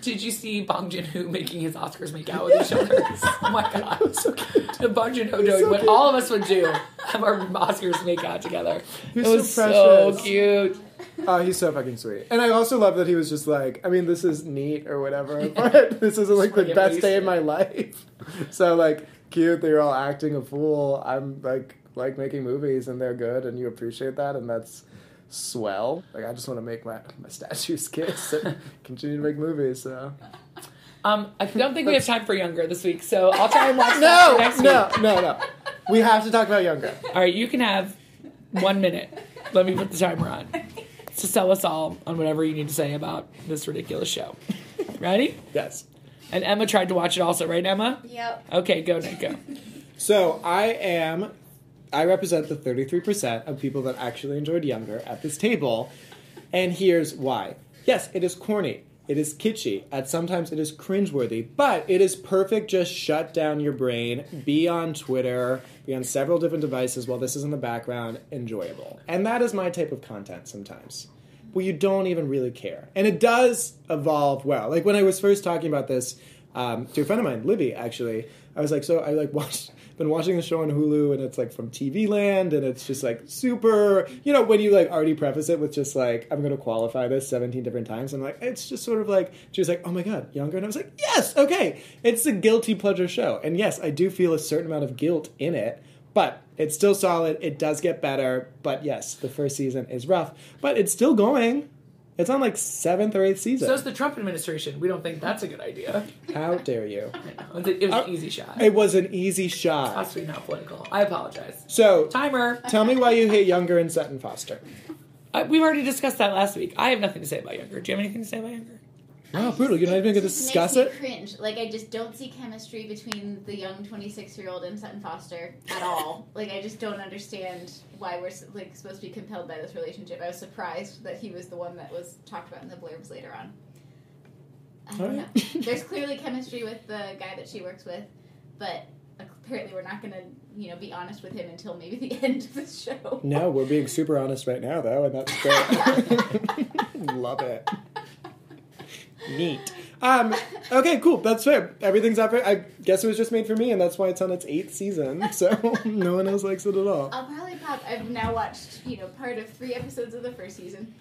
did you see Bong Joon Ho making his Oscars make out with each other? Oh my god, so cute. the Bong Joon Ho was doing so what cute. all of us would do: have our Oscars make out together. He's it so was so, precious. cute. Oh, he's so fucking sweet. And I also love that he was just like, I mean, this is neat or whatever, but this isn't like the Just best day wasted. of my life. So like, cute. They're all acting a fool. I'm like, like making movies, and they're good, and you appreciate that, and that's swell. Like, I just want to make my my statues kiss and continue to make movies. So Um, I don't think we have time for Younger this week, so I'll try and watch that no, for next no, week. no, no. We have to talk about younger. All right, you can have one minute. Let me put the timer on to sell us all on whatever you need to say about this ridiculous show. Ready? Yes. And Emma tried to watch it also, right, Emma? Yep. Okay, go, Nico. So I am. I represent the 33% of people that actually enjoyed Younger at this table, and here's why. Yes, it is corny. It is kitschy. At sometimes it is cringeworthy, but it is perfect. Just shut down your brain. Be on Twitter. Be on several different devices while this is in the background. Enjoyable, and that is my type of content sometimes where you don't even really care. And it does evolve well. Like when I was first talking about this um, to a friend of mine, Libby, actually, I was like, so I like watched, been watching the show on Hulu, and it's like from TV Land, and it's just like super. You know, when you like already preface it with just like, I'm going to qualify this 17 different times. I'm like, it's just sort of like she was like, oh my god, younger, and I was like, yes, okay, it's a guilty pleasure show, and yes, I do feel a certain amount of guilt in it. But it's still solid. It does get better. But yes, the first season is rough. But it's still going. It's on like seventh or eighth season. So it's the Trump administration. We don't think that's a good idea. How dare you? It was, it was an easy shot. It was an easy shot. Possibly not political. I apologize. So Timer. tell me why you hate Younger and Sutton Foster. I, we've already discussed that last week. I have nothing to say about Younger. Do you have anything to say about Younger? Wow, brutal. You're not even going to It just discuss makes it? me Cringe. Like I just don't see chemistry between the young 26 year old and Sutton Foster at all. like I just don't understand why we're s- like supposed to be compelled by this relationship. I was surprised that he was the one that was talked about in the blurbs later on. I don't know. Alright. There's clearly chemistry with the guy that she works with, but apparently we're not going to you know be honest with him until maybe the end of the show. No, we're being super honest right now, though, and that's great. Love it. Neat. Um, okay, cool. That's fair. Everything's up. I guess it was just made for me, and that's why it's on its eighth season. So no one else likes it at all. I'll probably pop. I've now watched you know part of three episodes of the first season.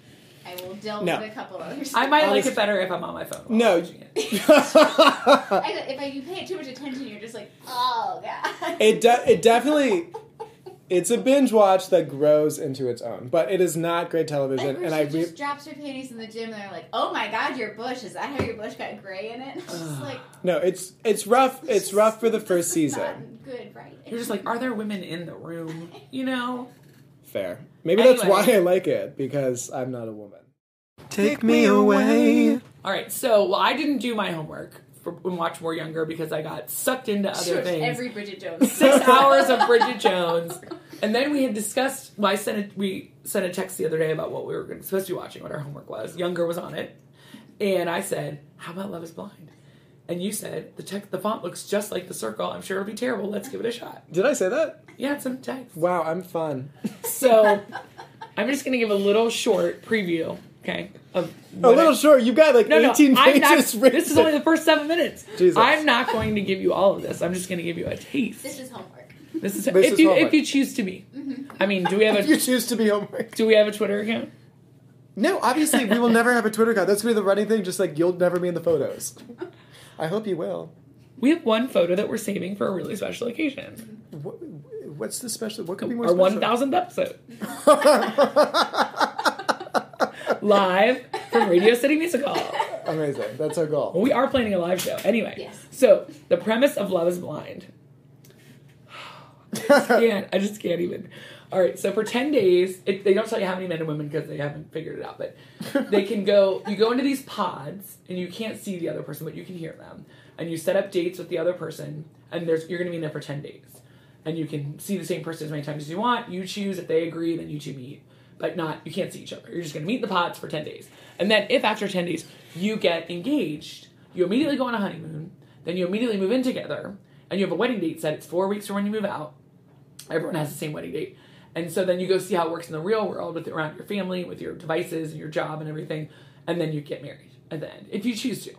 I will delve No. into a couple others. I might Honest- like it better if I'm on my phone. while No. I'm watching it. I, if I, you pay it too much attention, you're just like, oh god. it de- it definitely it's a binge watch that grows into its own, but it is not great television. Like, and I she re- just drops her panties in the gym, and they're like, "Oh my god, your bush is that how your bush got gray in it?" It's just like no, it's it's rough. It's rough for the this first is season. Not good, right? You're just like, are there women in the room? You know? Fair. Maybe that's Anyway. why I like it because I'm not a woman. Take me away. All right, so well, I didn't do my homework for, and watch More Younger because I got sucked into other Sure, things. every Bridget Jones. Six hours of Bridget Jones, and then we had discussed. Well, I sent a, we sent a text the other day about what we were gonna- supposed to be watching, what our homework was. Younger was on it, and I said, "How about Love Is Blind?" And you said, "The text, the font looks just like the circle. I'm sure it'll be terrible. Let's give it a shot." Did I say that? Yeah, it's in the text. Wow, I'm fun. So I'm just going to give a little short preview Okay. Of A what I- little short. You got like No, no. 18 I'm not, pages. written. this is only the first seven minutes. Jesus. I'm not going to give you all of this. I'm just going to give you a taste. This is homework. This is, This if is you homework. if you choose to be. I mean, do we have If you a choose to be homework. do we have a Twitter account? No, obviously we will never have a Twitter account. That's gonna be the running thing. Just like you'll never be in the photos. I hope you will. We have one photo that we're saving for a really special occasion. What, what's the special? What could be more Our one special? thousandth episode thousand. live from Radio City Music Hall. Amazing. That's our goal. Well, we are planning a live show anyway. Yes. So the premise of Love Is Blind. Can't I just can't even. All right. So for ten days, it, they don't tell you how many men and women because they haven't figured it out. But they can go. You go into these pods and you can't see the other person, but you can hear them. And you set up dates with the other person, and there's you're going to be in there for ten days, and you can see the same person as many times as you want. You choose if they agree, then you two meet. But not you can't see each other. You're just going to meet in the pods for ten days, and then if after ten days you get engaged, you immediately go on a honeymoon. Then you immediately move in together, and you have a wedding date set. It's four weeks from when you move out everyone has the same wedding date. And so then you go see how it works in the real world with around your family, with your devices and your job and everything, and then you get married at the end if you choose to.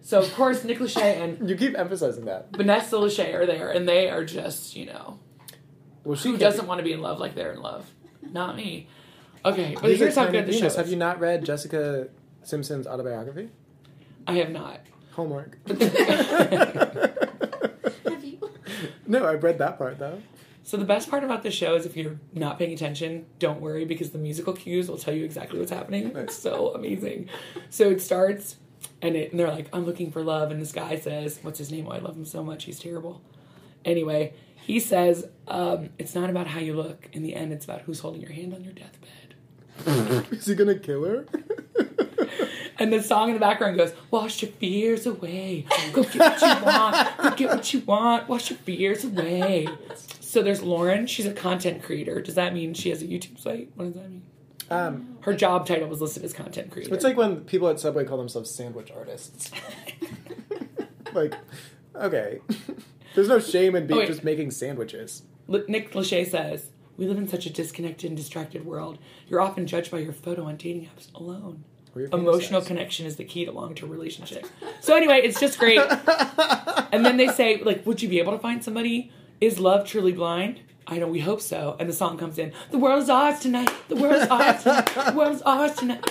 So of course Nick Lachey and You keep emphasizing that. Vanessa Lachey are there, and they are just you know Well, she who doesn't want to be in love like they're in love, not me. Okay, but These here's are how tiny good the show. penis. Is. Have you not read Jessica Simpson's autobiography? I have not. Homework. Have you? no, I read that part though. So the best part about the show is if you're not paying attention, don't worry because the musical cues will tell you exactly what's happening. It's so amazing. So it starts and it and they're like, I'm looking for love, and this guy says, What's his name? Oh, I love him so much, he's terrible. Anyway, he says, um, it's not about how you look. In the end, it's about who's holding your hand on your deathbed. Is he gonna kill her? And the song in the background goes, Wash your fears away. Go get what you want. Go get what you want. Wash your fears away. So there's Lauren. She's a content creator. Does that mean she has a YouTube site? What does that mean? um, Her job title was listed as content creator. it's like when people at Subway call themselves sandwich artists. like, okay, there's no shame in being wait. just making sandwiches. L- Nick Lachey says, We live in such a disconnected and distracted world. You're often judged by your photo on dating apps alone. Or your penis Emotional size. connection is the key to long term relationships. So anyway, it's just great. and then they say, like, would you be able to find somebody? Is love truly blind? I know we hope so. And the song comes in, The world is ours tonight, the world is ours tonight, the world is ours tonight.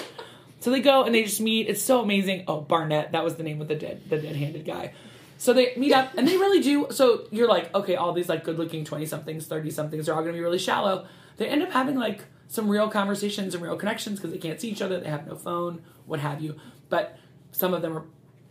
So they go and they just meet. It's so amazing. Oh, Barnett, that was the name of the dead the dead handed guy. So they meet up and they really do so you're like, okay, all these like good looking twenty somethings, thirty somethings are all gonna be really shallow. They end up having like some real conversations and real connections because they can't see each other, they have no phone, what have you. But some of them are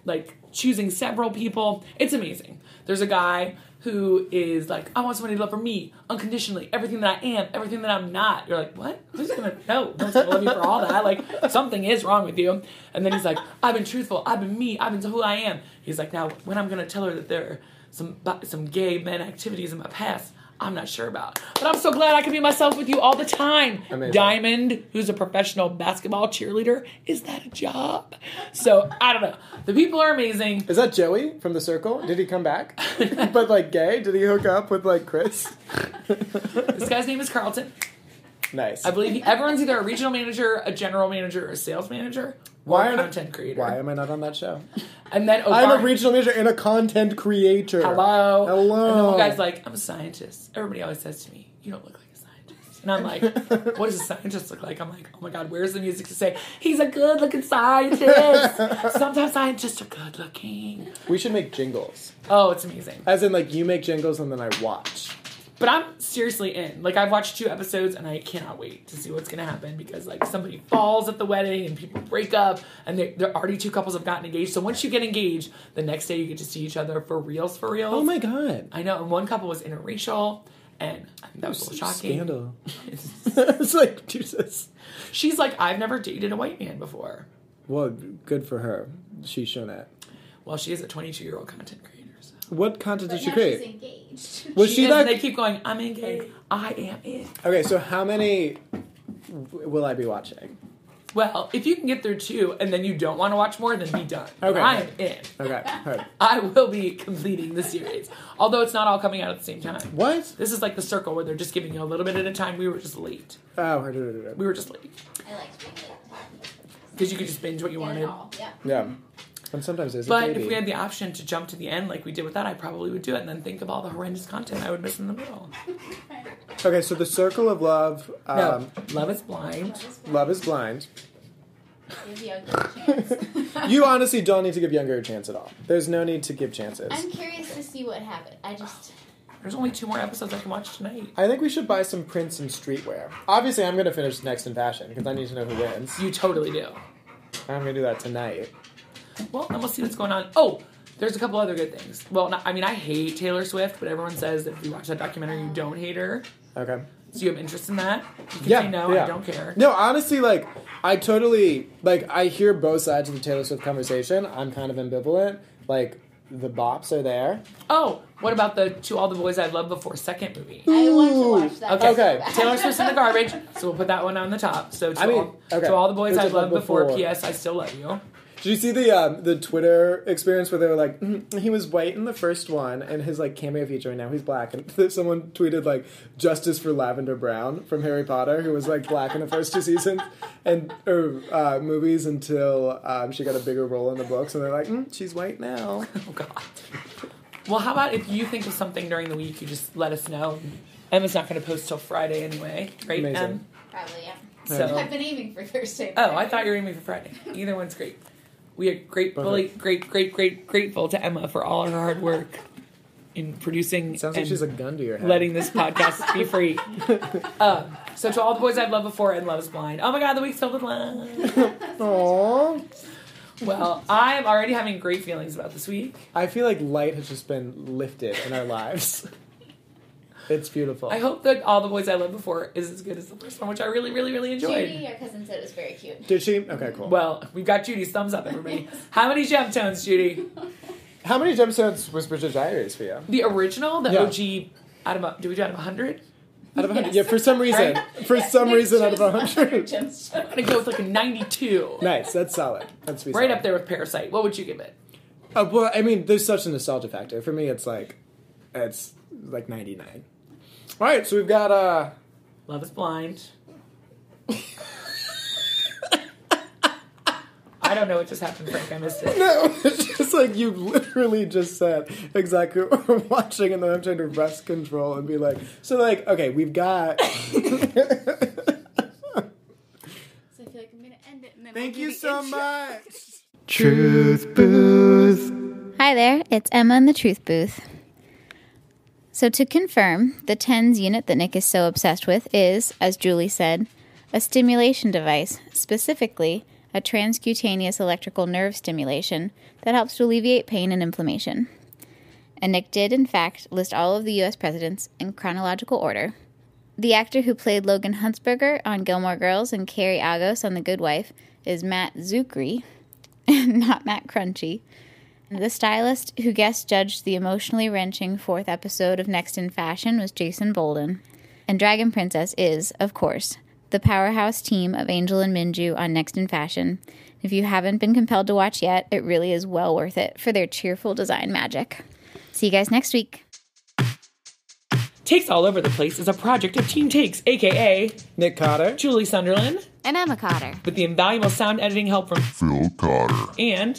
like choosing several people. It's amazing. There's a guy who is like, I want somebody to love for me unconditionally, everything that I am, everything that I'm not. You're like, what? Who's gonna no? No one's gonna love you for all that. Like something is wrong with you. And then he's like, I've been truthful. I've been me. I've been who I am. He's like, now when I'm gonna tell her that there are some bi- some gay men activities in my past. I'm not sure about, but I'm so glad I can be myself with you all the time. Amazing. Diamond, who's a professional basketball cheerleader, is that a job? So I don't know. The people are amazing. Is that Joey from The Circle? Did he come back? but like gay? Did he hook up with like Chris? This guy's name is Carlton. nice. I believe he- everyone's either a regional manager, a general manager, or a sales manager, Why or are a the- content creator. Why am I not on that show? And then O'Bar- I'm a regional manager and a content creator. Hello. Hello. And the one guy's like, I'm a scientist. Everybody always says to me, You don't look like a scientist. And I'm like, What does a scientist look like? I'm like, Oh my God, where's the music to say, He's a good looking scientist? Sometimes scientists are good looking. We should make jingles. Oh, it's amazing. As in, like, you make jingles and then I watch. But I'm seriously in. Like I've watched two episodes and I cannot wait to see what's gonna happen because like somebody falls at the wedding and people break up and they they're already two couples have gotten engaged. So once you get engaged, the next day you get to see each other for reals, for reals. Oh my god. I know. And one couple was interracial, and that was a little shocking. Scandal. it's like, Jesus. She's like, I've never dated a white man before. Well, good for her. She's shown it. Well, she is a 22 year old content creator. So. What content But now did she she's create? engaged. Was she, is, like. and they keep going. I'm engaged. I am it. okay, so how many w- will I be watching? Well, if you can get through two, and then you don't want to watch more, then be done. Okay. I am in. Okay, heard. I will be completing the series. Although it's not all coming out at the same time. What? This is like the circle where they're just giving you a little bit at a time. We were just late. Oh, heard, heard, heard, heard. We were just late. I liked being late. because you could just binge what you Get it wanted. all. Yeah. Yeah. And sometimes there's a But baby. if we had the option to jump to the end like we did with that, I probably would do it and then think of all the horrendous content I would miss in the middle. okay, so the circle of love, um, No, Love is Blind. Love is blind. love is blind. Give younger chance. You honestly don't need to give younger a chance at all. There's no need to give chances. I'm curious to see what happened. I just There's only two more episodes I can watch tonight. I think we should buy some prints and streetwear. Obviously, I'm gonna finish next in fashion because I need to know who wins. You totally do. I'm gonna do that tonight. Well, then we'll see what's going on. Oh, there's a couple other good things. Well, not, I mean, I hate Taylor Swift, but everyone says that if you watch that documentary, you don't hate her. Okay. So you have interest in that? You can Yeah, say no, yeah. I don't care. No, honestly, like I totally like I hear both sides of the Taylor Swift conversation. I'm kind of ambivalent. Like the bops are there. Oh, what about the To All the Boys I Loved Before second movie? I want to Ooh. watch that. Okay. Okay. Taylor Swift's in the garbage, so we'll put that one on the top. So to, I mean, all, okay. to all the boys Which I is loved like before, before. P.S. I still love you. Did you see the um, the Twitter experience where they were like, "Mm, he was white in the first one and his like cameo feature, and now he's black. And someone tweeted like, "Justice for Lavender Brown" from Harry Potter, who was like black in the first two seasons and or uh, movies until um, she got a bigger role in the books, and they're like, mm, "She's white now." Oh God. Well, how about if you think of something during the week, you just let us know. Emma's not going to post till Friday anyway, right? Amazing. Em? Probably yeah. So. I've been aiming for Thursday. Oh, I thought you were aiming for Friday. Either one's great. We are gratefully, Perfect. great, great, great, grateful to Emma for all her hard work in producing Sounds and like she's a gun to your head. letting this podcast be free. Um, so to all the boys I've loved before and Love Is Blind. Oh my God, the week's filled with love. Aww. Well, I'm already having great feelings about this week. I feel like light has just been lifted in our lives. it's beautiful. I hope that all the boys I loved before is as good as the first one, which I really, really, really enjoyed. Judy, our cousin, said it was very cute. Did she? Okay, cool. Well, we've got Judy's thumbs up, everybody. How many gem tones, Judy? How many gemstones was Bridget Diaries for you? The original, the Yeah. OG. Out of a, do we do out of hundred? Out of 100. Yes. Yeah, for some reason. For Yeah, some Nick reason, out of chose 100. gems. I'm gonna go with like a ninety-two. nice. That's solid. That's pretty Right solid. up there with Parasite. What would you give it? Uh, well, I mean, there's such a nostalgia factor. For me, it's like, it's like 99. All right, so we've got, uh, Love is blind. I don't know what just happened, Frank. I missed it. no, it's just like you literally just said exactly what we're watching, and then I'm trying to rest control and be like, so like, okay, we've got. So I feel like I'm gonna end it. And then Thank we'll do you the so intro. much. Hi there, it's Emma in the Truth Booth. So, to confirm, the TENS unit that Nick is so obsessed with is, as Julie said, a stimulation device, specifically a transcutaneous electrical nerve stimulation that helps to alleviate pain and inflammation. And Nick did, in fact, list all of the US presidents in chronological order. The actor who played Logan Huntsberger on Gilmore Girls and Carrie Agos on The Good Wife is Matt Zuckery, not Matt Crunchy. The stylist who guest judged the emotionally wrenching fourth episode of Next in Fashion was Jason Bolden. And Dragon Princess is, of course, the powerhouse team of Angel and Minju on Next in Fashion. If you haven't been compelled to watch yet, it really is well worth it for their cheerful design magic. See you guys next week. Takes All Over the Place is a project of Team Takes, aka Nick Cotter. Julie Sunderland, And Emma Cotter. with the invaluable sound editing help from Phil Cotter. and